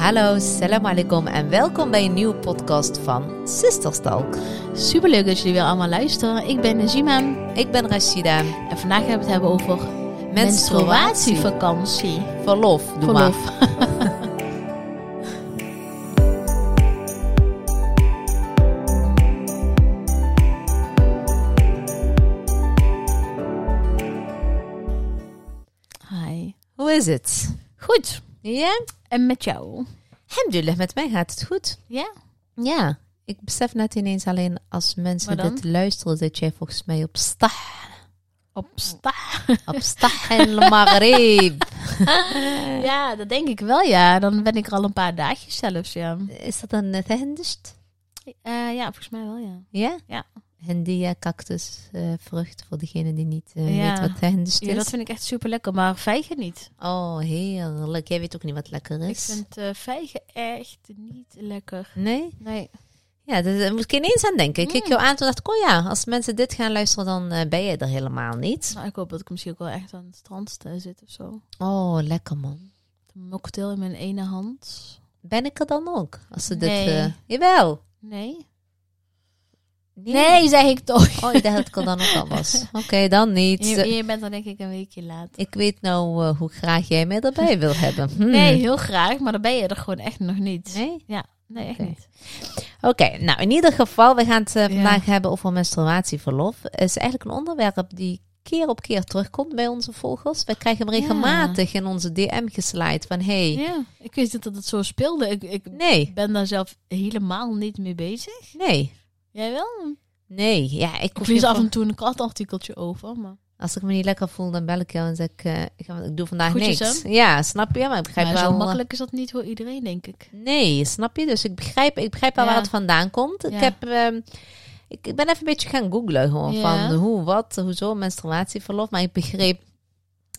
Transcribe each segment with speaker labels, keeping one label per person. Speaker 1: Hallo, salam alaikum en welkom bij een nieuwe podcast van Sisterstalk.
Speaker 2: Superleuk dat jullie weer allemaal luisteren. Ik ben Najima
Speaker 1: Ik ben Rashida.
Speaker 2: en vandaag gaan we het hebben over menstruatievakantie.
Speaker 1: Verlof, doe maar.
Speaker 2: Verlof. Hi.
Speaker 1: Hoe is het?
Speaker 2: Goed,
Speaker 1: Ja?
Speaker 2: en met jou?
Speaker 1: Alhamdulillah, met mij gaat het goed.
Speaker 2: Ja?
Speaker 1: Ja. Ik besef net ineens alleen als mensen
Speaker 2: Wat dan?
Speaker 1: dit luisteren dat jij volgens mij op stah,
Speaker 2: Op sta.
Speaker 1: op stah en maghrib.
Speaker 2: Ja, dat denk ik wel, ja. Dan ben ik er al een paar dagjes zelfs, ja.
Speaker 1: Is dat een Hindist?
Speaker 2: Eh, ja, volgens mij wel, ja.
Speaker 1: Ja?
Speaker 2: Ja.
Speaker 1: Hendia cactus eh, vrucht voor degene die niet eh,
Speaker 2: Ja.
Speaker 1: weet wat Hindist is.
Speaker 2: Ja, dat vind ik echt super lekker, maar vijgen niet.
Speaker 1: Oh, heerlijk. Jij weet ook niet wat lekker
Speaker 2: Ik
Speaker 1: is.
Speaker 2: vind eh, vijgen echt niet lekker.
Speaker 1: Nee?
Speaker 2: Nee.
Speaker 1: Ja, daar daar moet ik ineens aan denken. Ik keek
Speaker 2: Mm.
Speaker 1: jou aan toen dacht ik, oh ja, als mensen dit gaan luisteren, dan eh, ben je er helemaal niet.
Speaker 2: Nou, ik hoop dat ik misschien ook wel echt aan het strand eh, zit of zo.
Speaker 1: Oh, lekker man.
Speaker 2: Een mocktail in mijn ene hand.
Speaker 1: Ben ik er dan ook? Als ze dit...
Speaker 2: Nee.
Speaker 1: eh, jawel.
Speaker 2: Nee.
Speaker 1: Nee.
Speaker 2: Nee, zeg ik toch.
Speaker 1: Oh, ik dacht dat ik er dan ook al was. Oké, dan niet.
Speaker 2: Je, je bent dan denk ik een weekje later.
Speaker 1: Ik weet nou eh, hoe graag jij mij erbij wil hebben. Hmm.
Speaker 2: Nee, heel graag, maar dan ben je er gewoon echt nog niet.
Speaker 1: Nee?
Speaker 2: Ja, nee, echt
Speaker 1: Oké.
Speaker 2: niet.
Speaker 1: Oké, nou in ieder geval, we gaan het eh,
Speaker 2: Ja.
Speaker 1: vandaag hebben over menstruatieverlof. Het is eigenlijk een onderwerp die keer op keer terugkomt bij onze volgers. Wij krijgen hem
Speaker 2: Ja.
Speaker 1: regelmatig in onze DM geslaaid van hey,
Speaker 2: Ja, ik wist niet dat het zo speelde. Ik, ik
Speaker 1: nee,
Speaker 2: ben daar zelf helemaal niet mee bezig.
Speaker 1: nee,
Speaker 2: Jij wel?
Speaker 1: nee. Ja, ik
Speaker 2: Ik
Speaker 1: hoef
Speaker 2: lees
Speaker 1: je
Speaker 2: af
Speaker 1: voor-
Speaker 2: en toe een kortartikeltje over, maar...
Speaker 1: Als ik me niet lekker voel, dan bel ik jou en zeg ik, eh, ik, ga- ik doe vandaag
Speaker 2: Groetjes,
Speaker 1: niks. Ja, snap je? Maar ik begrijp
Speaker 2: Maar
Speaker 1: wel...
Speaker 2: zo
Speaker 1: eh,
Speaker 2: makkelijk is dat niet voor iedereen, denk ik.
Speaker 1: Nee, snap je? Dus ik begrijp, ik begrijp wel
Speaker 2: Ja.
Speaker 1: waar het vandaan komt. Ik,
Speaker 2: Ja.
Speaker 1: heb, ehm, ik, ik ben even een beetje gaan googlen gewoon
Speaker 2: Ja.
Speaker 1: van hoe, wat, hoezo menstruatieverlof. Maar ik begreep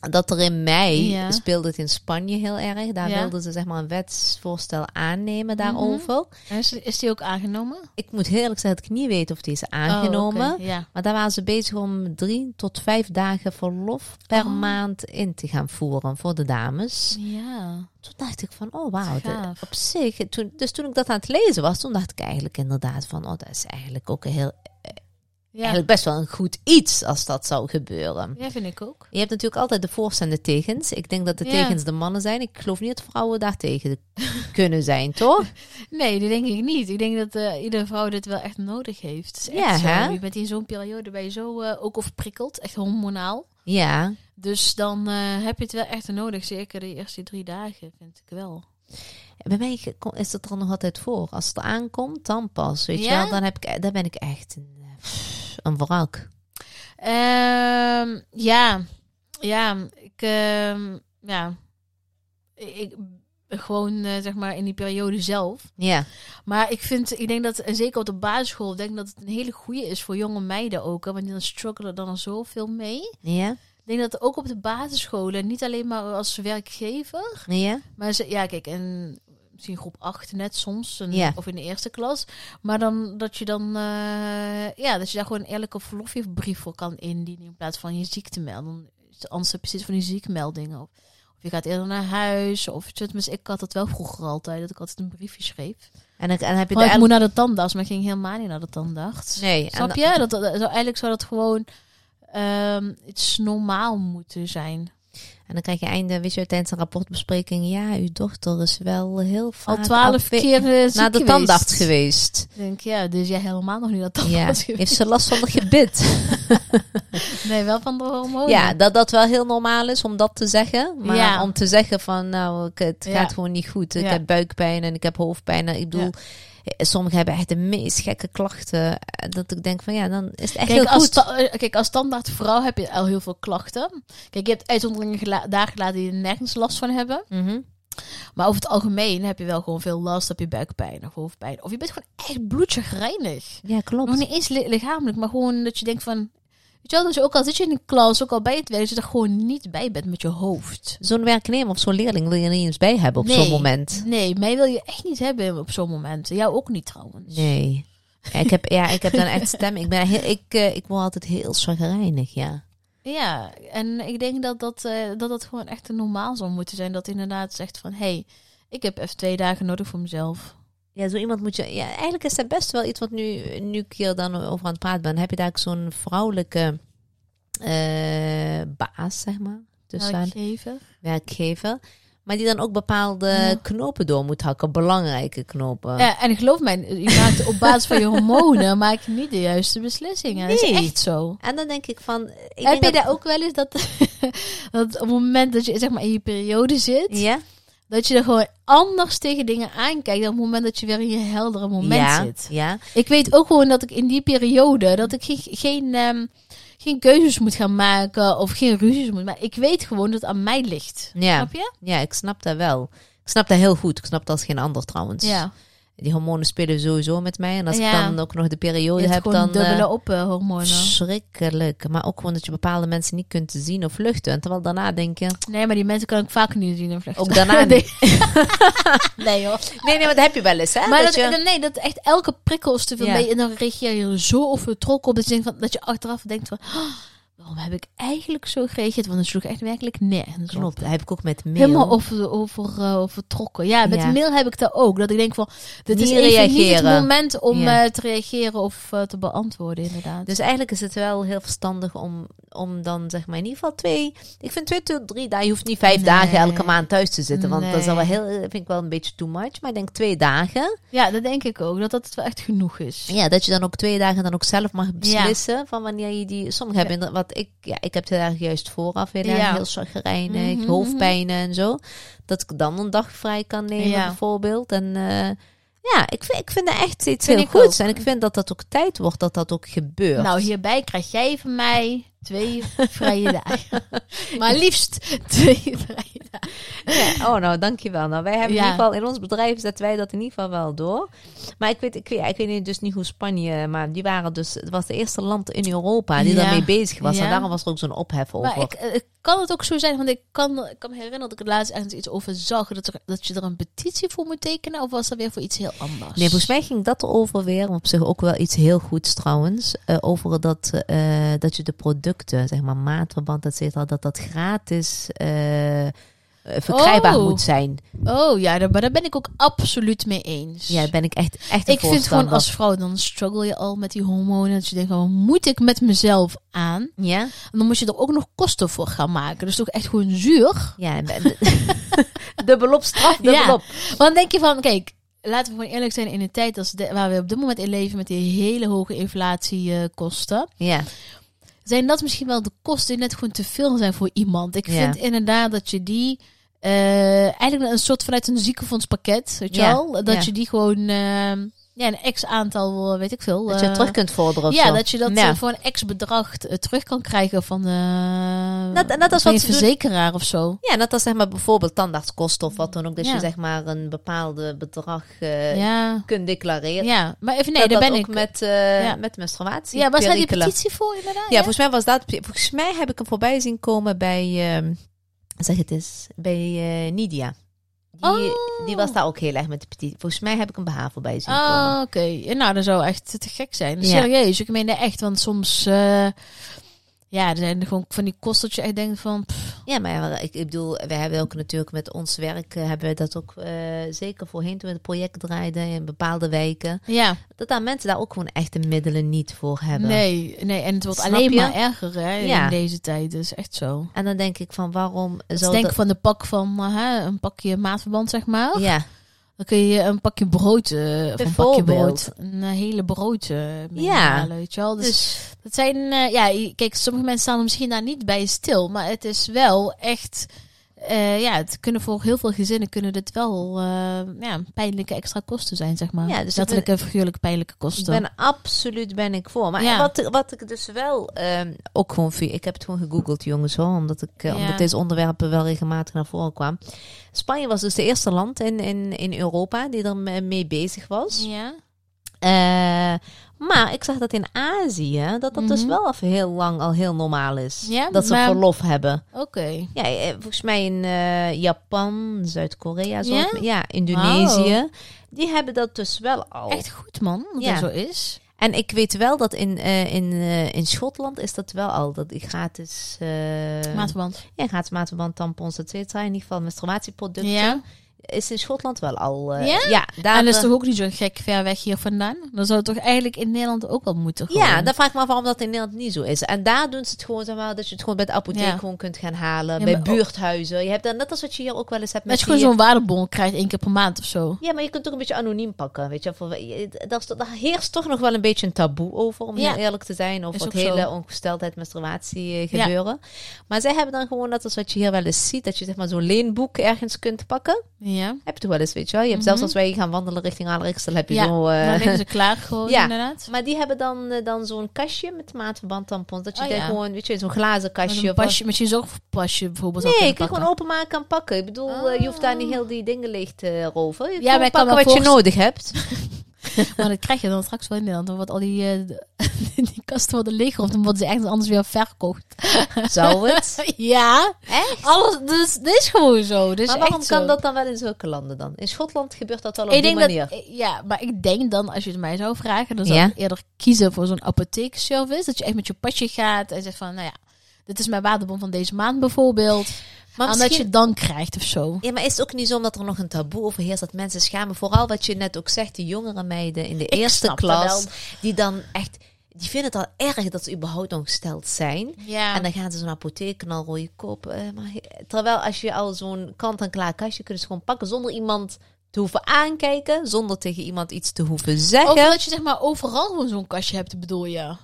Speaker 1: dat er in mei
Speaker 2: Ja.
Speaker 1: speelde het in Spanje heel erg. Daar
Speaker 2: Ja. Mhm.
Speaker 1: wilden ze zeg maar een wetsvoorstel aannemen daarover.
Speaker 2: En Is, is die ook aangenomen?
Speaker 1: Ik moet heel eerlijk zeggen dat ik niet weet of die is aangenomen.
Speaker 2: Oh, oké, Ja.
Speaker 1: Maar daar waren ze bezig om drie tot vijf dagen verlof per
Speaker 2: Oh.
Speaker 1: maand in te gaan voeren voor de dames
Speaker 2: Ja.
Speaker 1: toen dacht ik van, oh wauw, dat-
Speaker 2: Gaaf.
Speaker 1: op zich. Toen, dus toen ik dat aan het lezen was, toen dacht ik eigenlijk inderdaad van, oh dat is eigenlijk ook een heel,
Speaker 2: Ja.
Speaker 1: eigenlijk best wel een goed iets als dat zou gebeuren.
Speaker 2: ja, vind ik ook.
Speaker 1: Je hebt natuurlijk altijd de voor's en de tegens. Ik denk dat de
Speaker 2: Ja.
Speaker 1: tegens de mannen zijn. Ik geloof niet dat vrouwen daar tegen kunnen zijn, toch?
Speaker 2: Nee, dat denk ik niet. Ik denk dat eh, iedere vrouw dit wel echt nodig heeft. Het is
Speaker 1: Ja,
Speaker 2: echt
Speaker 1: hè?
Speaker 2: zo. Je bent in zo'n periode ben je zo eh, ook overprikkeld, echt hormonaal.
Speaker 1: Ja.
Speaker 2: Dus dan eh, heb je het wel echt nodig, zeker de eerste drie dagen, vind ik wel.
Speaker 1: Bij mij ge- ko- is dat er nog altijd voor. Als het aankomt, dan pas. Weet je
Speaker 2: Ja?
Speaker 1: wel? Dan, heb ik, e- dan ben ik echt een, eh, pff, een wrak.
Speaker 2: Ehm, ja, ja, ik, ehm, ja, ik gewoon eh, zeg maar in die periode zelf.
Speaker 1: Ja.
Speaker 2: Maar ik vind, ik denk dat, en zeker op de basisschool, denk ik dat het een hele goede is voor jonge meiden ook. Hè, want die dan struggelen dan al zoveel mee.
Speaker 1: Ja?
Speaker 2: Ik denk dat ook op de basisscholen, niet alleen maar als werkgever,
Speaker 1: Ja?
Speaker 2: maar ze, ja, kijk, en misschien groep 8 net soms, en-
Speaker 1: Ja.
Speaker 2: of in de eerste klas. Maar dan dat je dan, eh, ja, dat je daar gewoon een eerlijke verlofbrief voor kan indienen in plaats van je ziektemelding. Dus Anders heb je steeds van die ziekmeldingen. Of, of je gaat eerder naar huis, of tenminste, ik had dat wel vroeger altijd, dat ik altijd een briefje schreef.
Speaker 1: En dan, en dan heb je
Speaker 2: Van,
Speaker 1: de
Speaker 2: ik
Speaker 1: el-
Speaker 2: moet naar de tandarts, maar ik ging helemaal niet naar de tandarts.
Speaker 1: Nee, en
Speaker 2: Snap
Speaker 1: dan-
Speaker 2: je? Dat, dat, dat- eigenlijk zou dat gewoon ehm, iets normaal moeten zijn.
Speaker 1: En dan krijg je einde, weet je, tijdens een rapportbespreking, ja, uw dochter is wel heel vaak
Speaker 2: Al twaalf
Speaker 1: afwe-
Speaker 2: keer eh, ziek
Speaker 1: naar de
Speaker 2: geweest.
Speaker 1: tandarts geweest.
Speaker 2: Ik denk, ja, dus jij helemaal nog niet naar de
Speaker 1: Ja,
Speaker 2: tandarts geweest.
Speaker 1: heeft ze last van het gebit?
Speaker 2: Nee, wel van de hormonen.
Speaker 1: ja, dat dat wel heel normaal is om dat te zeggen. Maar
Speaker 2: Oh, Ja.
Speaker 1: om te zeggen van, nou, ik- het
Speaker 2: Ja.
Speaker 1: gaat gewoon niet goed. Ik
Speaker 2: Ja.
Speaker 1: heb buikpijn en ik heb hoofdpijn. En ik bedoel, eh, sommigen hebben echt de meest gekke klachten. eh, Dat ik denk van, ja, dan is het echt
Speaker 2: Kijk
Speaker 1: heel
Speaker 2: als,
Speaker 1: goed.
Speaker 2: sta- eh, kijk, als standaard vrouw heb je al heel veel klachten. Kijk, je hebt uitzonderingen gela- daar gelaten die er nergens last van hebben.
Speaker 1: Mhm.
Speaker 2: Maar over het algemeen heb je wel gewoon veel last. Heb je buikpijn of hoofdpijn. Of je bent gewoon echt bloedchagrijnig.
Speaker 1: Ja, klopt.
Speaker 2: Nog niet eens li- lichamelijk, maar gewoon dat je denkt van... Weet je wel, dus ook al zit je in de klas, ook al bij het werk, dat je er gewoon niet bij bent met je hoofd.
Speaker 1: Zo'n werknemer of zo'n leerling wil je er niet eens bij hebben op zo'n
Speaker 2: Nee.
Speaker 1: moment.
Speaker 2: Nee, mij wil je echt niet hebben op zo'n moment. Jou ook niet trouwens.
Speaker 1: Nee. Ja, ik, heb, ja, ik heb dan echt stem. Ik, ben heel, ik, eh, ik word altijd heel chagrijnig, ja.
Speaker 2: Ja, en ik denk dat dat, eh, dat dat gewoon echt normaal zou moeten zijn. Dat inderdaad zegt van, hé, hey, Ik heb even twee dagen nodig voor mezelf.
Speaker 1: Ja, zo iemand moet je. Ja, eigenlijk is dat best wel iets wat nu, nu ik hier dan over aan het praten ben. Heb je daar ook zo'n vrouwelijke eh, baas, zeg maar, tussen Dus aan-
Speaker 2: Werkgever.
Speaker 1: werkgever. Maar die dan ook bepaalde
Speaker 2: Ja.
Speaker 1: knopen door moet hakken, belangrijke knopen.
Speaker 2: Ja, en geloof mij, je maakt op basis van je hormonen maak je niet de juiste beslissingen. Dat
Speaker 1: Nee.
Speaker 2: is echt zo.
Speaker 1: En dan denk ik van. Ik
Speaker 2: heb
Speaker 1: denk
Speaker 2: je
Speaker 1: dat-
Speaker 2: daar ook wel eens dat, dat op het moment dat je zeg maar in je periode zit,
Speaker 1: Ja?
Speaker 2: dat je er gewoon anders tegen dingen aankijkt dan op het moment dat je weer in je heldere moment
Speaker 1: ja,
Speaker 2: zit?
Speaker 1: Ja.
Speaker 2: Ik weet ook gewoon dat ik in die periode dat ik ge- geen, ehm, geen keuzes moet gaan maken of geen ruzies moet maken. Ik weet gewoon dat het aan mij ligt.
Speaker 1: Ja.
Speaker 2: Snap je?
Speaker 1: ja, ik snap dat wel. Ik snap dat heel goed. Ik snap dat als geen ander trouwens.
Speaker 2: Ja.
Speaker 1: Die hormonen spelen sowieso met mij. En als ik
Speaker 2: Ja.
Speaker 1: dan ook nog de
Speaker 2: Je
Speaker 1: periode
Speaker 2: hebt
Speaker 1: heb,
Speaker 2: gewoon
Speaker 1: dan. eh,
Speaker 2: dubbele op eh, hormonen.
Speaker 1: Schrikkelijk. Maar ook gewoon dat je bepaalde mensen niet kunt zien of luchten. En terwijl daarna denk je...
Speaker 2: Nee, maar die mensen kan ik vaak niet zien in vluchten.
Speaker 1: Ook daarna
Speaker 2: nee.
Speaker 1: niet.
Speaker 2: nee hoor.
Speaker 1: Nee, nee, maar dat heb je wel eens, hè?
Speaker 2: Maar
Speaker 1: dat
Speaker 2: dat,
Speaker 1: je...
Speaker 2: nee, dat echt elke prikkel is te veel
Speaker 1: Ja.
Speaker 2: mee. En dan reageer je er zo overtrokken op. Dat je, denkt van, dat je achteraf denkt van... "Oh, waarom heb ik eigenlijk zo gereageerd? Want het sloeg echt werkelijk nergens op.
Speaker 1: Klopt, dat heb ik ook met mail.
Speaker 2: Helemaal over, over, eh, overtrokken. Ja, met
Speaker 1: Ja.
Speaker 2: mail heb ik dat ook. Dat ik denk van... Dit is
Speaker 1: Niet
Speaker 2: even niet het
Speaker 1: reageren.
Speaker 2: moment om
Speaker 1: Ja.
Speaker 2: eh, te reageren of eh, te beantwoorden inderdaad.
Speaker 1: Dus eigenlijk is het wel heel verstandig om, om dan zeg maar in ieder geval twee... Ik vind twee tot drie dagen. Je hoeft niet vijf
Speaker 2: Nee.
Speaker 1: dagen elke maand thuis te zitten. Want dat is al wel
Speaker 2: Nee.
Speaker 1: heel, vind ik wel een beetje too much. Maar ik denk twee dagen.
Speaker 2: ja, dat denk ik ook. Dat dat wel echt genoeg is.
Speaker 1: Ja, dat je dan ook twee dagen dan ook zelf mag beslissen. Van wanneer je die... Sommigen hebben inderdaad... Wat ik, ja, ik heb het eigenlijk juist vooraf heel, erg,
Speaker 2: Ja.
Speaker 1: heel chagrijnig.
Speaker 2: Mhm.
Speaker 1: Hoofdpijnen en zo. Dat ik dan een dag vrij kan nemen
Speaker 2: Ja.
Speaker 1: bijvoorbeeld. En... eh, ja, ik vind, ik vind dat echt iets
Speaker 2: Vind
Speaker 1: heel
Speaker 2: ik ook.
Speaker 1: goeds. En ik vind dat dat ook tijd wordt dat dat ook gebeurt.
Speaker 2: Nou, hierbij krijg jij van mij twee vrije dagen. maar liefst twee vrije dagen.
Speaker 1: Ja, oh, nou, dankjewel. Nou, wij hebben
Speaker 2: Ja.
Speaker 1: in ieder geval in ons bedrijf zetten wij dat in ieder geval wel door. Maar ik weet, ik weet, ik weet niet, dus niet hoe Spanje, maar die waren dus, het was het eerste land in Europa die
Speaker 2: Ja.
Speaker 1: daarmee bezig was. En
Speaker 2: Ja.
Speaker 1: daarom was er ook zo'n ophef over.
Speaker 2: Maar ik, eh, kan het ook zo zijn, want ik kan, ik kan me herinneren dat ik er laatst ergens iets over zag. Dat, er, dat je er een petitie voor moet tekenen, of was dat weer voor iets heel anders?
Speaker 1: Nee, volgens mij ging dat erover weer, op zich ook wel iets heel goeds trouwens, eh, over dat, eh, dat je de producten, zeg maar maatverband, et cetera, dat dat gratis eh, eh, verkrijgbaar
Speaker 2: Oh.
Speaker 1: moet zijn.
Speaker 2: Oh ja, daar, maar daar ben ik ook absoluut mee eens.
Speaker 1: Ja, daar ben ik echt, echt een
Speaker 2: ik vind gewoon
Speaker 1: voorstander.
Speaker 2: als vrouw, dan struggle je al met die hormonen. Dat je denkt, wat moet ik met mezelf aan?
Speaker 1: Ja?
Speaker 2: En dan moet je er ook nog kosten voor gaan maken. Dus toch echt gewoon zuur.
Speaker 1: Ja. ben- Dubbelop straf, dubbelop.
Speaker 2: Want dan denk je van, kijk, laten we gewoon eerlijk zijn in een tijd als de- waar we op dit moment in leven met die hele hoge inflatiekosten.
Speaker 1: Ja,
Speaker 2: zijn dat misschien wel de kosten die net gewoon te veel zijn voor iemand. Ik
Speaker 1: Ja.
Speaker 2: vind inderdaad dat je die eh, eigenlijk een soort vanuit een ziekenfondspakket, weet je
Speaker 1: Ja,
Speaker 2: wel, dat
Speaker 1: ja.
Speaker 2: je die gewoon ehm, ja, een x aantal, eh, weet ik veel.
Speaker 1: dat je
Speaker 2: eh,
Speaker 1: het terug kunt vorderen of
Speaker 2: ja,
Speaker 1: zo.
Speaker 2: dat je dat
Speaker 1: Ja.
Speaker 2: eh, voor een x bedrag eh, terug kan krijgen van, eh
Speaker 1: Net- net als
Speaker 2: van je
Speaker 1: wat ze doen-
Speaker 2: verzekeraar of zo.
Speaker 1: Ja, net als zeg maar bijvoorbeeld tandartskosten of wat dan ook. Dat
Speaker 2: Ja.
Speaker 1: je zeg maar een bepaalde bedrag eh,
Speaker 2: ja.
Speaker 1: kunt declareren.
Speaker 2: ja, maar even nee,
Speaker 1: dat
Speaker 2: daar
Speaker 1: dat
Speaker 2: ben
Speaker 1: ook
Speaker 2: ik.
Speaker 1: met, eh,
Speaker 2: Ja.
Speaker 1: met menstruatie.
Speaker 2: ja, was daar die
Speaker 1: perikelen.
Speaker 2: petitie voor inderdaad?
Speaker 1: Ja, volgens mij was dat. Volgens mij heb ik hem voorbij zien komen bij. ehm, zeg het eens. Bij eh, Nidia. Die,
Speaker 2: Oh.
Speaker 1: die was daar ook heel erg met de petitie. Volgens mij heb ik hem bij haar voorbij zien
Speaker 2: Ah,
Speaker 1: komen.
Speaker 2: oké. Ja, Nou, dat zou echt te gek zijn. Dus
Speaker 1: Ja.
Speaker 2: Serieus, ik meen dat echt. Want soms... eh, ja, er zijn gewoon van die kosten dat je echt denkt van... pff,
Speaker 1: Ja, maar ik, ik bedoel, wij hebben ook natuurlijk met ons werk. eh, hebben we dat ook eh, zeker voorheen toen we het project draaiden in bepaalde wijken.
Speaker 2: ja,
Speaker 1: dat daar mensen daar ook gewoon echt de middelen niet voor hebben.
Speaker 2: nee, nee. En het wordt
Speaker 1: Snap
Speaker 2: alleen
Speaker 1: je?
Speaker 2: maar erger hè,
Speaker 1: Ja.
Speaker 2: in deze tijd. Dus echt zo.
Speaker 1: En dan denk ik van waarom
Speaker 2: Dus
Speaker 1: zou
Speaker 2: denk
Speaker 1: dat...
Speaker 2: van de pak van... eh, hè, een pakje maatverband, zeg maar.
Speaker 1: Ja,
Speaker 2: Dan kun je een pakje brood... eh of een pakje
Speaker 1: Bijvoorbeeld.
Speaker 2: brood. Een eh, hele brood eh mee
Speaker 1: Ja.
Speaker 2: halen, weet je wel. Dus,
Speaker 1: dus
Speaker 2: dat zijn... eh, ja, kijk, sommige mensen staan er misschien daar niet bij stil. Maar het is wel echt... eh, ja, het kunnen voor heel veel gezinnen kunnen dit wel eh, ja, pijnlijke extra kosten zijn, zeg maar.
Speaker 1: Ja, dus ik
Speaker 2: Letterlijk en figuurlijk pijnlijke kosten.
Speaker 1: ik ben absoluut ben ik voor. Maar
Speaker 2: Ja.
Speaker 1: wat, wat ik dus wel ehm, ook gewoon via... Ik heb het gewoon gegoogeld, jongens, hoor. Omdat, ik, eh,
Speaker 2: Ja.
Speaker 1: omdat deze onderwerpen wel regelmatig naar voren kwamen. Spanje was dus de eerste land in, in, in Europa die er me- mee bezig was.
Speaker 2: Ja.
Speaker 1: Eh, maar ik zag dat in Azië, dat dat dus
Speaker 2: Mhm.
Speaker 1: wel al heel lang al heel normaal is.
Speaker 2: Ja,
Speaker 1: dat ze
Speaker 2: maar-
Speaker 1: verlof hebben.
Speaker 2: Oké.
Speaker 1: Ja, eh, volgens mij in eh, Japan, Zuid-Korea, zo.
Speaker 2: Ja?
Speaker 1: ja, Indonesië. Die hebben dat dus wel al.
Speaker 2: Echt goed, man, dat
Speaker 1: Ja.
Speaker 2: dat zo is.
Speaker 1: En ik weet wel dat in, eh, in, eh, in Schotland is dat wel al. Dat die gratis... eh
Speaker 2: Maatverband.
Speaker 1: ja, gratis maatverband, tampons, et cetera. In ieder geval menstruatieproducten.
Speaker 2: Ja.
Speaker 1: Is in Schotland wel al. eh,
Speaker 2: Ja?
Speaker 1: daar,
Speaker 2: en dat is
Speaker 1: eh,
Speaker 2: toch ook niet zo gek ver weg hier vandaan? Dan zou het toch eigenlijk in Nederland ook wel moeten gewoon.
Speaker 1: Ja, dan vraag ik me af waarom dat in Nederland niet zo is. En daar doen ze het gewoon, zeg maar, dat je het gewoon bij de apotheek
Speaker 2: Ja.
Speaker 1: gewoon kunt gaan halen.
Speaker 2: Ja,
Speaker 1: bij
Speaker 2: maar ook-
Speaker 1: buurthuizen. Je hebt dat net als wat je hier ook wel eens hebt
Speaker 2: Dat
Speaker 1: met
Speaker 2: je gewoon
Speaker 1: die- eh,
Speaker 2: zo'n waardebon krijgt één keer per maand of zo.
Speaker 1: Ja, maar je kunt toch een beetje anoniem pakken, weet je. Voor, je- daar, is- daar heerst toch nog wel een beetje een taboe over, om
Speaker 2: Ja.
Speaker 1: heel eerlijk te zijn. Over
Speaker 2: Is
Speaker 1: het
Speaker 2: ook zo.
Speaker 1: hele ongesteldheid, menstruatie eh,
Speaker 2: Ja.
Speaker 1: gebeuren. Maar zij hebben dan gewoon, net als wat je hier wel eens ziet, dat je zeg maar zo'n leenboek ergens kunt pakken.
Speaker 2: Ja.
Speaker 1: Heb je toch wel eens, weet je wel. Je hebt zelfs als wij gaan wandelen richting Aalriksel, heb je
Speaker 2: Mhm. Ja,
Speaker 1: zo... eh,
Speaker 2: Dan liggen ze klaar gewoon
Speaker 1: Ja.
Speaker 2: inderdaad.
Speaker 1: Maar die hebben dan, eh, dan zo'n kastje met maatverband tampons. Dat je
Speaker 2: Oh,
Speaker 1: daar
Speaker 2: ja.
Speaker 1: gewoon, weet je, zo'n glazen
Speaker 2: Met
Speaker 1: kastje.
Speaker 2: een
Speaker 1: of wat-
Speaker 2: pasje, met je zorgpasje bijvoorbeeld. zou
Speaker 1: Nee, je kunt
Speaker 2: kunnen pakken. Ah.
Speaker 1: gewoon openmaken en pakken. Ik bedoel, eh, je hoeft daar niet heel die dingen leeg te roven. Je ja,
Speaker 2: maar
Speaker 1: maar
Speaker 2: ik kan
Speaker 1: pakken
Speaker 2: me
Speaker 1: wat je
Speaker 2: voorst-
Speaker 1: nodig hebt.
Speaker 2: Maar dat krijg je dan straks wel in Nederland. Dan wordt al die, eh, die kasten worden leeggeroofd. Dan worden ze echt anders weer verkocht.
Speaker 1: Zou het?
Speaker 2: Ja.
Speaker 1: Echt?
Speaker 2: Alles, dus, dit is gewoon zo. Dit is
Speaker 1: maar waarom
Speaker 2: Dus echt zo.
Speaker 1: kan dat dan wel in zulke landen dan? In Schotland gebeurt dat wel op
Speaker 2: Ik
Speaker 1: die
Speaker 2: denk
Speaker 1: manier.
Speaker 2: dat, eh, ja, maar ik denk dan, als je het mij zou vragen, dan zou
Speaker 1: Ja.
Speaker 2: ik eerder kiezen voor zo'n apotheekservice. Dat je echt met je pasje gaat en zegt van, nou ja, dit is mijn waterbon van deze maand bijvoorbeeld.
Speaker 1: Ah, maar
Speaker 2: en dat je het dan krijgt of zo.
Speaker 1: Ja, maar is het ook niet zo omdat er nog een taboe over heerst dat mensen schamen? Vooral wat je net ook zegt, die jongere meiden in de eerste
Speaker 2: snap dat
Speaker 1: klas,
Speaker 2: wel.
Speaker 1: die dan echt, die vinden het al erg dat ze überhaupt ongesteld zijn.
Speaker 2: Ja.
Speaker 1: En dan gaan ze zo'n apotheek knalrooie kop. eh, maar, he- terwijl als je al zo'n kant-en-klaar kastje kunt ze gewoon pakken zonder iemand te hoeven aankijken, zonder tegen iemand iets te hoeven
Speaker 2: of
Speaker 1: zeggen.
Speaker 2: dat je zeg maar overal gewoon zo'n kastje hebt, bedoel je?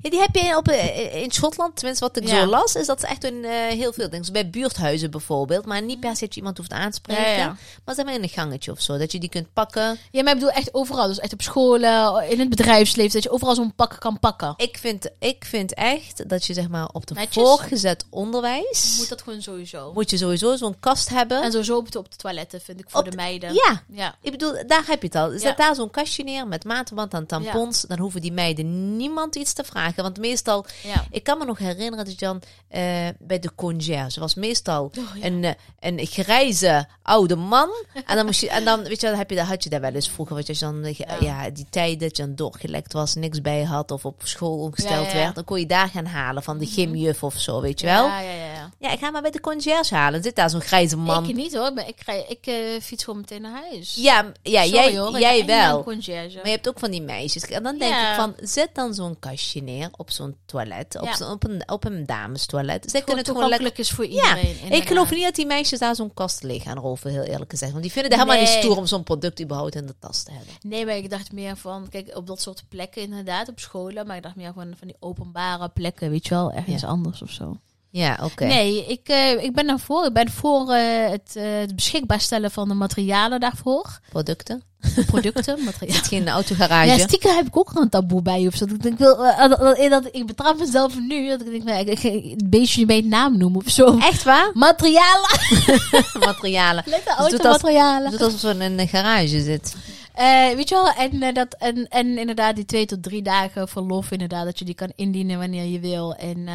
Speaker 1: Ja, die heb je op, eh, in Schotland, tenminste wat ik
Speaker 2: Ja.
Speaker 1: zo las, is dat ze echt in eh, heel veel dingen. Dus bij buurthuizen bijvoorbeeld, maar niet per se dat je iemand hoeft aanspreken.
Speaker 2: Ja, ja.
Speaker 1: Maar zeg maar in een gangetje of zo, dat je die kunt pakken.
Speaker 2: Ja, maar ik bedoel echt overal. Dus echt op scholen, in het bedrijfsleven, dat je overal zo'n pak kan pakken.
Speaker 1: Ik vind, ik vind echt dat je zeg maar op de
Speaker 2: Netjes.
Speaker 1: voorgezet onderwijs,
Speaker 2: Moet
Speaker 1: moet,
Speaker 2: dat gewoon sowieso.
Speaker 1: je sowieso zo'n kast hebben.
Speaker 2: En sowieso op de, op de toiletten, vind ik, voor
Speaker 1: Op
Speaker 2: de meiden.
Speaker 1: ja,
Speaker 2: Ja.
Speaker 1: ik bedoel, daar heb je het al. Zet
Speaker 2: Ja.
Speaker 1: daar zo'n kastje neer met maatband en tampons. Dan hoeven die meiden niemand iets te vragen. Want meestal,
Speaker 2: ja.
Speaker 1: ik kan me nog herinneren dat je dan eh, bij de conciërge was meestal
Speaker 2: Oh, ja.
Speaker 1: een, eh, een grijze oude man. En dan, moest je, en dan, weet je, wel, heb je, dat had je daar wel eens vroeger. Weet je, als je dan, eh, ge-
Speaker 2: Ja.
Speaker 1: ja. die tijd dat je dan doorgelekt was, niks bij had of op school ongesteld
Speaker 2: Ja, ja, ja.
Speaker 1: werd. Dan kon je daar gaan halen van de gymjuf of zo, weet je wel.
Speaker 2: Ja, ja, ja. ja.
Speaker 1: Ja, ik ga maar bij de conciërge halen. Zit daar zo'n grijze man.
Speaker 2: Ik niet hoor, maar ik, rij, ik eh, fiets gewoon meteen naar huis.
Speaker 1: ja, ja
Speaker 2: Sorry,
Speaker 1: jij,
Speaker 2: hoor, ik
Speaker 1: jij
Speaker 2: ben echt
Speaker 1: wel.
Speaker 2: een conciërge.
Speaker 1: Maar je hebt ook van die meisjes. En dan denk
Speaker 2: Ja.
Speaker 1: ik van, zet dan zo'n kastje neer op zo'n toilet. Op,
Speaker 2: Ja.
Speaker 1: zo'n- op, een, op een damestoilet. Zij
Speaker 2: Gewoon
Speaker 1: kunnen het gewoon lekker...
Speaker 2: toegankelijk is voor
Speaker 1: Ja,
Speaker 2: iedereen.
Speaker 1: ik geloof niet dat die meisjes daar zo'n kast leeg gaan roven, heel eerlijk gezegd. Want die vinden het helemaal
Speaker 2: Nee.
Speaker 1: niet stoer om zo'n product überhaupt in de tas te hebben.
Speaker 2: Nee, maar ik dacht meer van, kijk, op dat soort plekken inderdaad, op scholen. Maar ik dacht meer van, van die openbare plekken, weet je wel, ergens
Speaker 1: Ja.
Speaker 2: anders of zo.
Speaker 1: Ja, oké.
Speaker 2: Nee, ik, eh, ik ben daarvoor. Ik ben voor eh, het, eh, het beschikbaar stellen van de materialen daarvoor.
Speaker 1: Producten?
Speaker 2: Producten,
Speaker 1: Is
Speaker 2: materialen.
Speaker 1: het geen autogarage?
Speaker 2: Ja, stiekem heb ik ook al een taboe bij of zo. Dat Ik, denk, ik, wil, eh, dat- dat- dat, ik betrap mezelf nu. Dat ik denk, nou, ik, ik, het beestje bij het naam noemen of zo.
Speaker 1: Echt waar?
Speaker 2: Materialen.
Speaker 1: Materialen.
Speaker 2: Lekker
Speaker 1: doet dat-
Speaker 2: automaterialen.
Speaker 1: Het doet alsof ze in een garage zit.
Speaker 2: Eh, weet je wel, en, eh, dat, en, en inderdaad die twee tot drie dagen verlof inderdaad, dat je die kan indienen wanneer je wil. En, eh,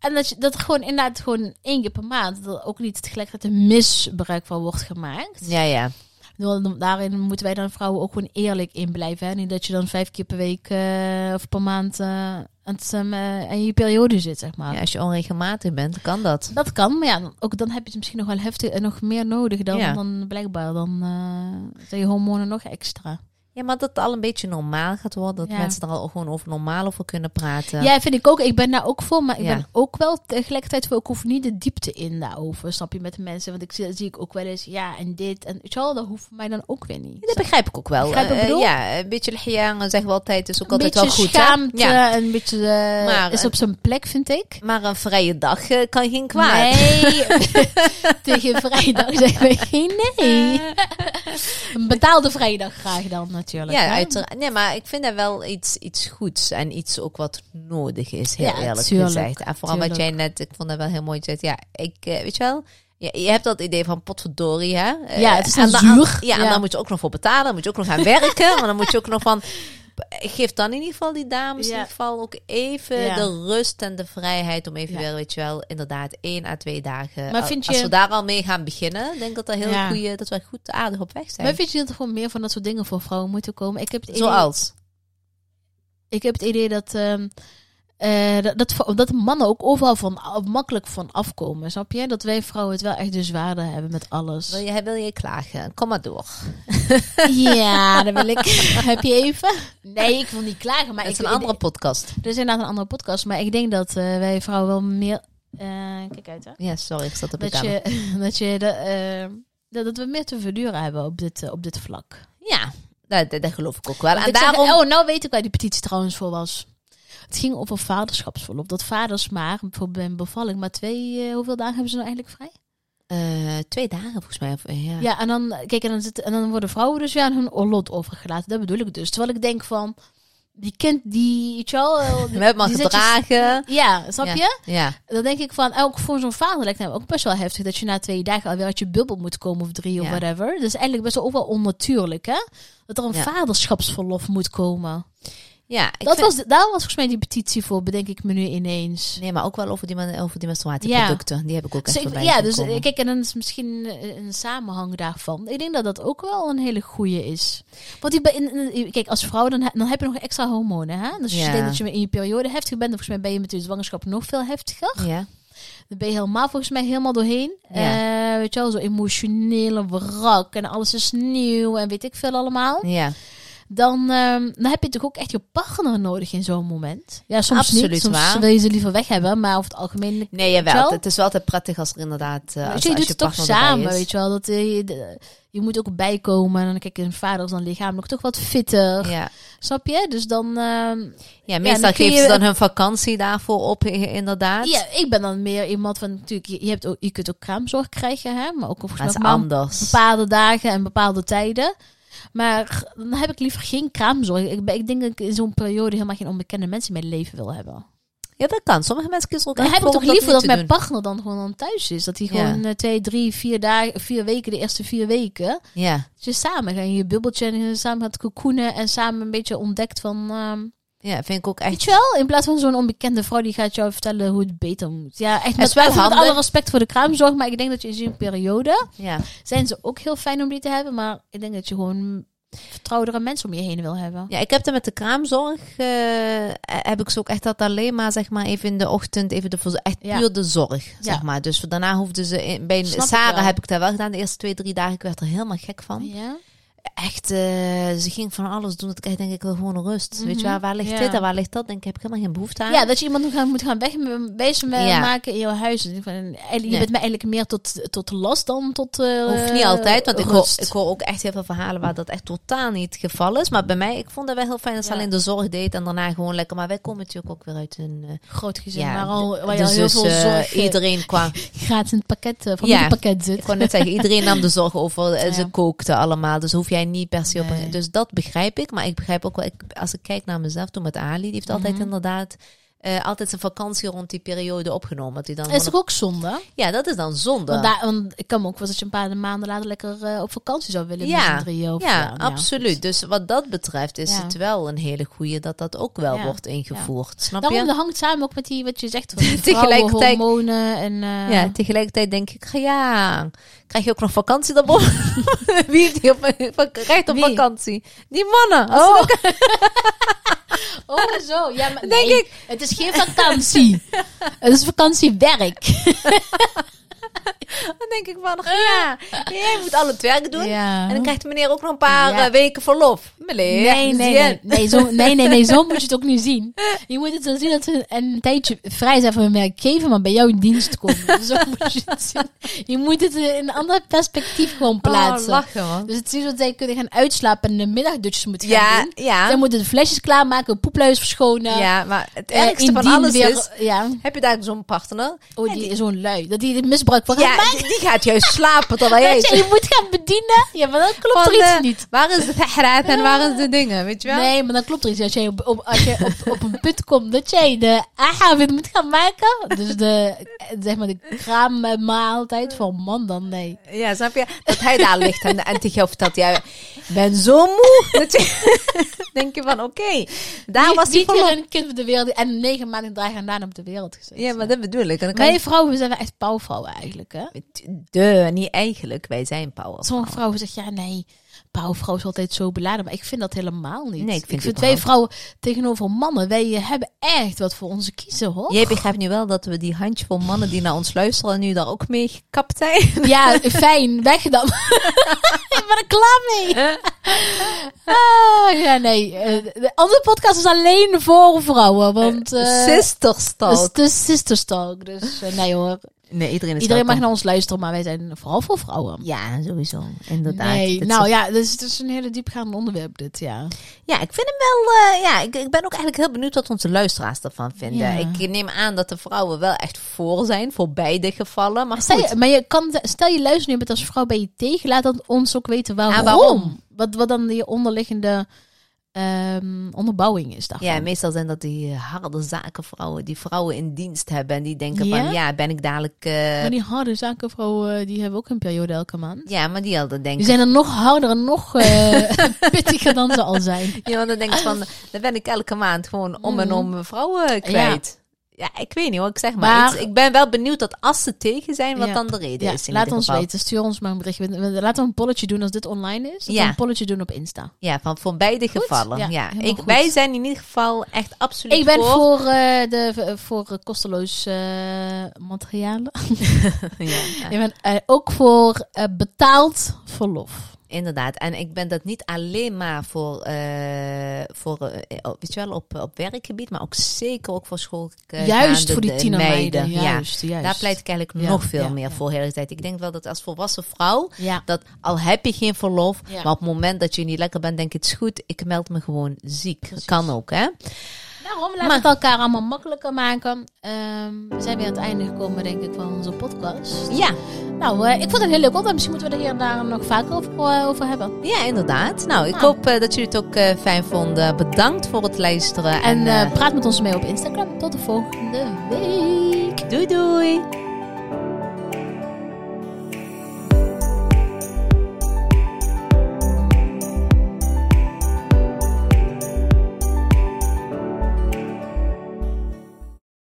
Speaker 2: en dat, je, dat er gewoon inderdaad gewoon één keer per maand, dat er ook niet tegelijkertijd een misbruik van wordt gemaakt.
Speaker 1: Ja, ja.
Speaker 2: Want Daarin moeten wij dan vrouwen ook gewoon eerlijk in blijven. Hè? Niet dat je dan vijf keer per week eh, of per maand eh, aan, het, eh, aan je periode zit, zeg maar.
Speaker 1: ja. Als je onregelmatig bent, kan dat.
Speaker 2: Dat kan, maar ja, dan- ook dan heb je het misschien nog wel heftig en nog meer nodig dan,
Speaker 1: Ja.
Speaker 2: dan blijkbaar. Dan eh, zijn je hormonen nog extra.
Speaker 1: Ja, maar dat het al een beetje normaal gaat worden. Dat
Speaker 2: Ja.
Speaker 1: mensen er al gewoon over normaal over kunnen praten.
Speaker 2: Ja, vind ik ook. Ik ben daar ook voor, maar ik
Speaker 1: Ja.
Speaker 2: ben ook wel tegelijkertijd voor. Ik hoef niet de diepte in daarover, snap je, met de mensen. Want ik zie, zie ik ook wel eens, ja, en dit en weet je wel, dat hoeft voor mij dan ook weer niet.
Speaker 1: Dat begrijp ik ook wel.
Speaker 2: Begrijp wat ik
Speaker 1: Eh,
Speaker 2: bedoel?
Speaker 1: ja, een beetje lihang zeggen we altijd, is ook
Speaker 2: een
Speaker 1: altijd
Speaker 2: beetje
Speaker 1: wel goed. hè?
Speaker 2: schaamte,
Speaker 1: Ja.
Speaker 2: een beetje eh,
Speaker 1: Maar,
Speaker 2: is
Speaker 1: eh,
Speaker 2: op zijn plek, vind ik.
Speaker 1: Maar een vrije dag eh, kan geen kwaad.
Speaker 2: Nee, tegen vrijdag zeggen we geen nee. Een betaalde vrijdag graag dan natuurlijk.
Speaker 1: Ja,
Speaker 2: hè?
Speaker 1: uiteraard. Nee, maar ik vind dat wel iets, iets goeds en iets ook wat nodig is, heel
Speaker 2: Ja,
Speaker 1: eerlijk
Speaker 2: tuurlijk,
Speaker 1: gezegd. En vooral wat jij
Speaker 2: tuurlijk.
Speaker 1: net, ik vond dat wel heel mooi, je zei, ja, ik, eh, weet je wel, ja, je hebt dat idee van potverdorie, hè? Eh,
Speaker 2: Ja, het is
Speaker 1: en dan-
Speaker 2: zuur.
Speaker 1: Ja, en
Speaker 2: Ja.
Speaker 1: dan moet je ook nog voor betalen, dan moet je ook nog gaan werken, maar dan moet je ook nog van... Geef dan in ieder geval die dames
Speaker 2: Ja.
Speaker 1: in ieder geval ook even
Speaker 2: Ja.
Speaker 1: de rust en de vrijheid om even
Speaker 2: Ja.
Speaker 1: weer, weet je wel, inderdaad één à twee dagen.
Speaker 2: Maar
Speaker 1: Al-
Speaker 2: vind
Speaker 1: Als
Speaker 2: je-
Speaker 1: we daar al mee gaan beginnen, denk ik dat, dat, heel
Speaker 2: Ja.
Speaker 1: goeie, dat we goed aardig op weg zijn.
Speaker 2: Maar vind je dat er gewoon meer van dat soort dingen voor vrouwen moeten komen? Ik heb het idee,
Speaker 1: Zoals?
Speaker 2: Ik heb het idee dat ehm, eh, dat, dat, vrouw- dat mannen ook overal van, af- makkelijk van afkomen, snap je? Dat wij vrouwen het wel echt de zwaarder hebben met
Speaker 1: Wil
Speaker 2: alles.
Speaker 1: je, wil je klagen? Kom maar door.
Speaker 2: Ja, dat wil ik. Heb je even? Nee, ik wil niet klagen, maar
Speaker 1: Maar het
Speaker 2: ik,
Speaker 1: is een andere podcast.
Speaker 2: Er is inderdaad een andere podcast, maar ik denk dat eh, wij vrouwen wel meer... eh, kijk uit, hè.
Speaker 1: Ja, sorry, ik zat op de
Speaker 2: Dat
Speaker 1: kamer.
Speaker 2: je, dat, je de, eh, dat, dat we meer te verduren hebben op dit, eh, op dit vlak.
Speaker 1: Ja, nou, dat, dat, dat geloof ik ook wel.
Speaker 2: Want
Speaker 1: En
Speaker 2: ik zeg,
Speaker 1: daarom...
Speaker 2: oh, nou weet ik waar die petitie trouwens voor was. Het ging over vaderschapsverlof. Dat vaders maar, bijvoorbeeld bij een bevalling, maar twee, eh, hoeveel dagen hebben ze nou eigenlijk vrij?
Speaker 1: Eh, twee dagen volgens mij. Of, eh, ja.
Speaker 2: Ja, en, dan, eh, kijk, en, dan zit, en dan worden vrouwen dus weer aan hun lot overgelaten. Dat bedoel ik dus. Terwijl ik denk van, die kind, die, weet je wel, eh,
Speaker 1: We hebben maar
Speaker 2: die zet je-
Speaker 1: gedragen.
Speaker 2: Ja, snap je?
Speaker 1: Ja.
Speaker 2: Dan denk ik van, ook voor zo'n vader lijkt het mij ook best wel heftig dat je na twee dagen alweer uit je bubbel moet komen of drie of
Speaker 1: Ja.
Speaker 2: whatever. Dat is eigenlijk best wel ook wel onnatuurlijk, hè? Dat er een
Speaker 1: Ja.
Speaker 2: vaderschapsverlof moet komen.
Speaker 1: ja ik
Speaker 2: Dat
Speaker 1: vind-
Speaker 2: was, daar was volgens mij die petitie voor, bedenk ik me nu ineens.
Speaker 1: Nee, maar ook wel over die, man- over die menstruatieproducten. Die heb ik ook
Speaker 2: Dus
Speaker 1: echt
Speaker 2: ik-
Speaker 1: voorbij
Speaker 2: ja,
Speaker 1: zien
Speaker 2: dus
Speaker 1: komen.
Speaker 2: eh, kijk, en dan is misschien eh, een samenhang daarvan. Ik denk dat dat ook wel een hele goeie is. Want die, be- in, in- kijk, als vrouw dan, he- dan heb je nog extra hormonen, hè? Dus als
Speaker 1: Ja.
Speaker 2: je denkt dat je in je periode heftig bent, volgens mij ben je met je zwangerschap nog veel heftiger.
Speaker 1: Ja.
Speaker 2: Dan ben je helemaal volgens mij helemaal doorheen.
Speaker 1: Ja.
Speaker 2: Eh, weet je wel, zo emotioneel en wrak en alles is nieuw en weet ik veel allemaal.
Speaker 1: ja.
Speaker 2: Dan, ehm, dan heb je toch ook echt je partner nodig in zo'n moment. Ja, soms
Speaker 1: Absoluut
Speaker 2: niet. Soms
Speaker 1: waar.
Speaker 2: wil je ze liever weg hebben, maar over het algemeen...
Speaker 1: Nee, jawel.
Speaker 2: Weet je wel?
Speaker 1: Het is wel altijd prettig als er inderdaad... eh,
Speaker 2: weet
Speaker 1: als,
Speaker 2: je, je
Speaker 1: als
Speaker 2: doet het toch
Speaker 1: partner erbij
Speaker 2: samen,
Speaker 1: is.
Speaker 2: weet je wel. Dat, eh, je, de- je moet ook bijkomen. En dan kijk, een vader is dan lichamelijk toch wat fitter.
Speaker 1: Ja.
Speaker 2: Snap je? Dus dan... ehm,
Speaker 1: ja, meestal
Speaker 2: dan kun
Speaker 1: geven ze
Speaker 2: je-
Speaker 1: dan hun vakantie daarvoor op, i- inderdaad.
Speaker 2: ja, ik ben dan meer iemand van... Natuurlijk, je, je hebt ook, je kunt ook kraamzorg krijgen, hè. Maar ook
Speaker 1: Maar
Speaker 2: volgens mij
Speaker 1: het is
Speaker 2: mam-
Speaker 1: anders.
Speaker 2: bepaalde dagen en bepaalde tijden. Maar dan heb ik liever geen kraamzorg. Ik, ben- ik denk dat ik in zo'n periode helemaal geen onbekende mensen in mijn leven wil hebben.
Speaker 1: Ja, dat kan. Sommige mensen kiezen ook
Speaker 2: Dan
Speaker 1: echt
Speaker 2: heb ik
Speaker 1: voor
Speaker 2: toch
Speaker 1: om dat
Speaker 2: liever
Speaker 1: niet
Speaker 2: dat
Speaker 1: te
Speaker 2: mijn
Speaker 1: doen.
Speaker 2: partner dan gewoon aan thuis is. Dat hij
Speaker 1: Ja.
Speaker 2: gewoon eh, twee, drie, vier dagen, vier weken, de eerste vier weken.
Speaker 1: Ja,
Speaker 2: Dat je samen gaat in je bubbeltje en je samen gaat kokoenen en samen een beetje ontdekt van... ehm,
Speaker 1: ja, vind ik ook echt...
Speaker 2: weet je wel? In plaats van zo'n onbekende vrouw die gaat jou vertellen hoe het beter moet. Ja, echt
Speaker 1: is
Speaker 2: met,
Speaker 1: wel
Speaker 2: met
Speaker 1: handig.
Speaker 2: alle respect voor de kraamzorg. Maar ik denk dat je in zo'n periode
Speaker 1: Ja.
Speaker 2: zijn ze ook heel fijn om die te hebben. Maar ik denk dat je gewoon vertrouwdere mensen om je heen wil hebben.
Speaker 1: Ja, ik heb dat met de kraamzorg. eh, heb ik ze ook echt dat alleen maar, zeg maar, even in de ochtend, even de, voor- echt
Speaker 2: Ja.
Speaker 1: puur de zorg, zeg
Speaker 2: Ja.
Speaker 1: maar. Dus daarna hoefden ze, in, bij
Speaker 2: Snap ik
Speaker 1: Sarah
Speaker 2: wel.
Speaker 1: heb ik dat wel gedaan. De eerste twee, drie dagen, ik werd er helemaal gek van.
Speaker 2: Ja?
Speaker 1: Echt, eh, ze ging van alles doen. Dat ik echt denk, ik wil gewoon rust. Weet je,
Speaker 2: Mhm.
Speaker 1: waar, waar ligt
Speaker 2: Ja.
Speaker 1: dit en waar ligt dat? Denk ik, heb ik helemaal geen behoefte aan.
Speaker 2: ja, dat je iemand moet gaan- moet gaan weg- bezig mee
Speaker 1: Ja.
Speaker 2: maken in jouw huis. En ik van, eigenlijk- Je
Speaker 1: Nee.
Speaker 2: bent me eigenlijk meer tot, tot last dan tot eh
Speaker 1: Hoeft niet altijd, want ik hoor,
Speaker 2: rust.
Speaker 1: ik hoor ook echt heel veel verhalen waar dat echt totaal niet het geval is. Maar bij mij, ik vond dat wel heel fijn dat ze
Speaker 2: Ja.
Speaker 1: alleen de zorg deed en daarna gewoon lekker. Maar wij komen natuurlijk ook weer uit een... eh,
Speaker 2: Groot gezin,
Speaker 1: ja,
Speaker 2: maar al, waar je
Speaker 1: de
Speaker 2: al heel
Speaker 1: zus,
Speaker 2: veel
Speaker 1: eh,
Speaker 2: zorg
Speaker 1: Iedereen qua...
Speaker 2: gratis in het pakket, eh, familiepakket zit.
Speaker 1: Ik kon net zeggen, iedereen nam de zorg over. en Ze
Speaker 2: Ja.
Speaker 1: kookten allemaal. Dus hoef jij niet per se op een-
Speaker 2: Nee.
Speaker 1: Dus dat begrijp ik. Maar ik begrijp ook wel, ik, als ik kijk naar mezelf toen met Ali, die heeft altijd
Speaker 2: Mhm.
Speaker 1: inderdaad. eh, altijd zijn vakantie rond die periode opgenomen. Dat hij dan
Speaker 2: Dat is
Speaker 1: gewoon
Speaker 2: toch ook zonde?
Speaker 1: op- Ja, dat is dan zonde.
Speaker 2: Want, daar, want ik kan me ook wel dat je een paar maanden later lekker eh, op vakantie zou willen
Speaker 1: Ja.
Speaker 2: met z'n drieën. Of,
Speaker 1: ja,
Speaker 2: zo.
Speaker 1: absoluut. Dus wat dat betreft is
Speaker 2: Ja.
Speaker 1: het wel een hele goeie dat dat ook wel
Speaker 2: Ja.
Speaker 1: wordt ingevoerd. Snap je?
Speaker 2: Daarom dat hangt samen ook met die, wat je zegt, van die
Speaker 1: Tegelijkertijd-
Speaker 2: vrouwen, hormonen en... eh,
Speaker 1: Ja, tegelijkertijd denk ik, ja, krijg je ook nog vakantie daarboven? Wie heeft die op, krijgt op
Speaker 2: Wie?
Speaker 1: vakantie? Die mannen. Als ze
Speaker 2: Oh. Oh, zo. Ja, maar
Speaker 1: Denk
Speaker 2: nee, Het is geen vakantie. het is vakantiewerk.
Speaker 1: Dan denk ik van, ja, jij moet al het werk doen.
Speaker 2: Ja.
Speaker 1: En dan krijgt de meneer ook nog een paar
Speaker 2: Ja.
Speaker 1: eh, weken verlof. Meneer, dus
Speaker 2: Nee,
Speaker 1: zie
Speaker 2: nee, nee. Oh,
Speaker 1: je?
Speaker 2: Nee zo, nee, nee, nee, zo moet je het ook niet zien. Je moet het zo zien dat ze een tijdje vrij zijn van hun werkgever, maar bij jou in dienst komen. Zo moet je het zien. Je moet het in een ander perspectief gewoon
Speaker 1: Oh,
Speaker 2: plaatsen.
Speaker 1: lachen, man.
Speaker 2: dus het is dat zij kunnen gaan uitslapen en de middagdutjes moeten gaan
Speaker 1: Ja,
Speaker 2: doen. Zij
Speaker 1: ja.
Speaker 2: moeten de flesjes klaarmaken, poepluis verschonen.
Speaker 1: Ja, maar het
Speaker 2: eh,
Speaker 1: ergste van
Speaker 2: indien
Speaker 1: alles
Speaker 2: weer-
Speaker 1: is,
Speaker 2: Ja.
Speaker 1: heb je daar zo'n partner?
Speaker 2: Oh, die is zo'n lui. Dat die het misbruik van gaat
Speaker 1: Ja, die, die gaat juist slapen terwijl jij...
Speaker 2: Dat je je moet gaan bedienen. Ja, maar dan klopt
Speaker 1: Van,
Speaker 2: er iets
Speaker 1: eh,
Speaker 2: niet.
Speaker 1: Waar is de tahraat en waar is de dingen, weet je wel?
Speaker 2: Nee, maar dan klopt er iets. Als jij op, op, als jij op, op een punt komt dat jij de aha weer moet gaan maken. Dus de, eh, zeg maar de kraammaaltijd van man dan, nee.
Speaker 1: Ja, snap je? Dat hij daar ligt en, en tegen jou vertelt, jij ben zo moe. Dat je, denk je van, oké, daar was hij
Speaker 2: niet
Speaker 1: van.
Speaker 2: weer een kind op de wereld en negen maanden dagen daarna op de wereld gezet.
Speaker 1: Ja, maar dat bedoel ik. En dan kan je
Speaker 2: Wij vrouwen zijn wel echt pauwvrouwen eigenlijk, hè?
Speaker 1: De, niet eigenlijk, wij zijn powervrouw.
Speaker 2: Sommige vrouwen zeggen, ja, nee, powervrouw is altijd zo beladen. Maar ik vind dat helemaal niet.
Speaker 1: Nee, ik vind het
Speaker 2: wij
Speaker 1: überhaupt-
Speaker 2: vrouwen tegenover mannen, wij eh, hebben echt wat voor onze kiezen, hoor.
Speaker 1: Jij begrijpt nu wel dat we die handjevol mannen die naar ons luisteren nu daar ook mee gekapt zijn.
Speaker 2: Ja, fijn, weg dan. ik ben er klaar mee. Ah, ja, nee. eh, De andere podcast is alleen voor vrouwen, want... eh, Het is
Speaker 1: Sisterstalk.
Speaker 2: de sisters talk, dus eh, nee hoor.
Speaker 1: Nee, iedereen is
Speaker 2: Iedereen mag
Speaker 1: welkom.
Speaker 2: naar ons luisteren, maar wij zijn vooral voor vrouwen.
Speaker 1: Ja, sowieso. Inderdaad.
Speaker 2: Nee,
Speaker 1: Dit is
Speaker 2: nou ja, dus het is een hele diepgaand onderwerp dit, ja.
Speaker 1: Ja, ik vind hem wel. eh, ja, ik, ik ben ook eigenlijk heel benieuwd wat onze luisteraars ervan vinden.
Speaker 2: Ja.
Speaker 1: Ik neem aan dat de vrouwen wel echt voor zijn, voor beide gevallen. Maar
Speaker 2: Stel
Speaker 1: goed,
Speaker 2: je, maar je kan, stel je luistert nu met als vrouw ben je tegen, laat dan ons ook weten waarom.
Speaker 1: Ah, waarom?
Speaker 2: Wat, wat dan die onderliggende ehm, onderbouwing is daarvan.
Speaker 1: ja, meestal zijn dat die eh, harde zakenvrouwen die vrouwen in dienst hebben. En die denken
Speaker 2: Ja?
Speaker 1: van ja, ben ik dadelijk. eh,
Speaker 2: maar die harde zakenvrouwen, die hebben ook een periode elke maand.
Speaker 1: ja, maar die hadden
Speaker 2: Die
Speaker 1: denken.
Speaker 2: zijn er nog harder en nog eh, pittiger dan ze al zijn.
Speaker 1: Ja, want dan denk ik van, dan ben ik elke maand gewoon om
Speaker 2: Mhm.
Speaker 1: en om vrouwen kwijt. Ja, ik weet niet hoor, ik zeg maar,
Speaker 2: Maar-
Speaker 1: iets. Ik ben wel benieuwd dat als ze tegen zijn, wat
Speaker 2: Ja.
Speaker 1: dan de reden
Speaker 2: Ja,
Speaker 1: is in
Speaker 2: laat
Speaker 1: ieder
Speaker 2: ons
Speaker 1: geval.
Speaker 2: weten. Stuur ons maar een berichtje. We- we- Laten we een polletje doen als dit online is. Laten we
Speaker 1: Ja.
Speaker 2: Een polletje doen op Insta.
Speaker 1: Ja, van voor beide gevallen.
Speaker 2: Ja,
Speaker 1: Ja,
Speaker 2: helemaal
Speaker 1: ik,
Speaker 2: goed.
Speaker 1: wij zijn in ieder geval echt absoluut
Speaker 2: Ik ben
Speaker 1: voor.
Speaker 2: voor, eh, de, voor kosteloos eh, materialen.
Speaker 1: Ja, ja.
Speaker 2: Ik ben eh, ook voor eh, betaald verlof.
Speaker 1: Inderdaad, en ik ben dat niet alleen maar voor, eh, voor eh, oh, weet je wel, op, op werkgebied, maar ook zeker ook voor school. eh,
Speaker 2: juist
Speaker 1: gaande
Speaker 2: voor die
Speaker 1: de
Speaker 2: tienermeiden.
Speaker 1: meiden. Ja,
Speaker 2: Juist, juist.
Speaker 1: daar pleit ik eigenlijk
Speaker 2: Ja,
Speaker 1: nog veel
Speaker 2: ja,
Speaker 1: meer
Speaker 2: ja.
Speaker 1: voor de hele tijd. Ik denk wel dat als volwassen vrouw,
Speaker 2: Ja.
Speaker 1: dat al heb je geen verlof,
Speaker 2: Ja.
Speaker 1: maar op het moment dat je niet lekker bent, denk ik het is goed, ik meld me gewoon ziek. Kan ook, hè?
Speaker 2: Daarom laten we
Speaker 1: Maar-
Speaker 2: het elkaar allemaal makkelijker maken. Ehm, we zijn weer aan het einde gekomen, denk ik, van onze podcast.
Speaker 1: Ja,
Speaker 2: Nou, eh, ik vond het een heel leuk onderwerp. Misschien moeten we er hier en daar nog vaker over, eh, over hebben.
Speaker 1: ja inderdaad. Nou, ik
Speaker 2: Nou.
Speaker 1: hoop eh, dat jullie het ook eh, fijn vonden. Bedankt voor het luisteren. En,
Speaker 2: En eh,
Speaker 1: eh,
Speaker 2: praat met ons mee op Instagram. Tot de volgende week.
Speaker 1: doei doei!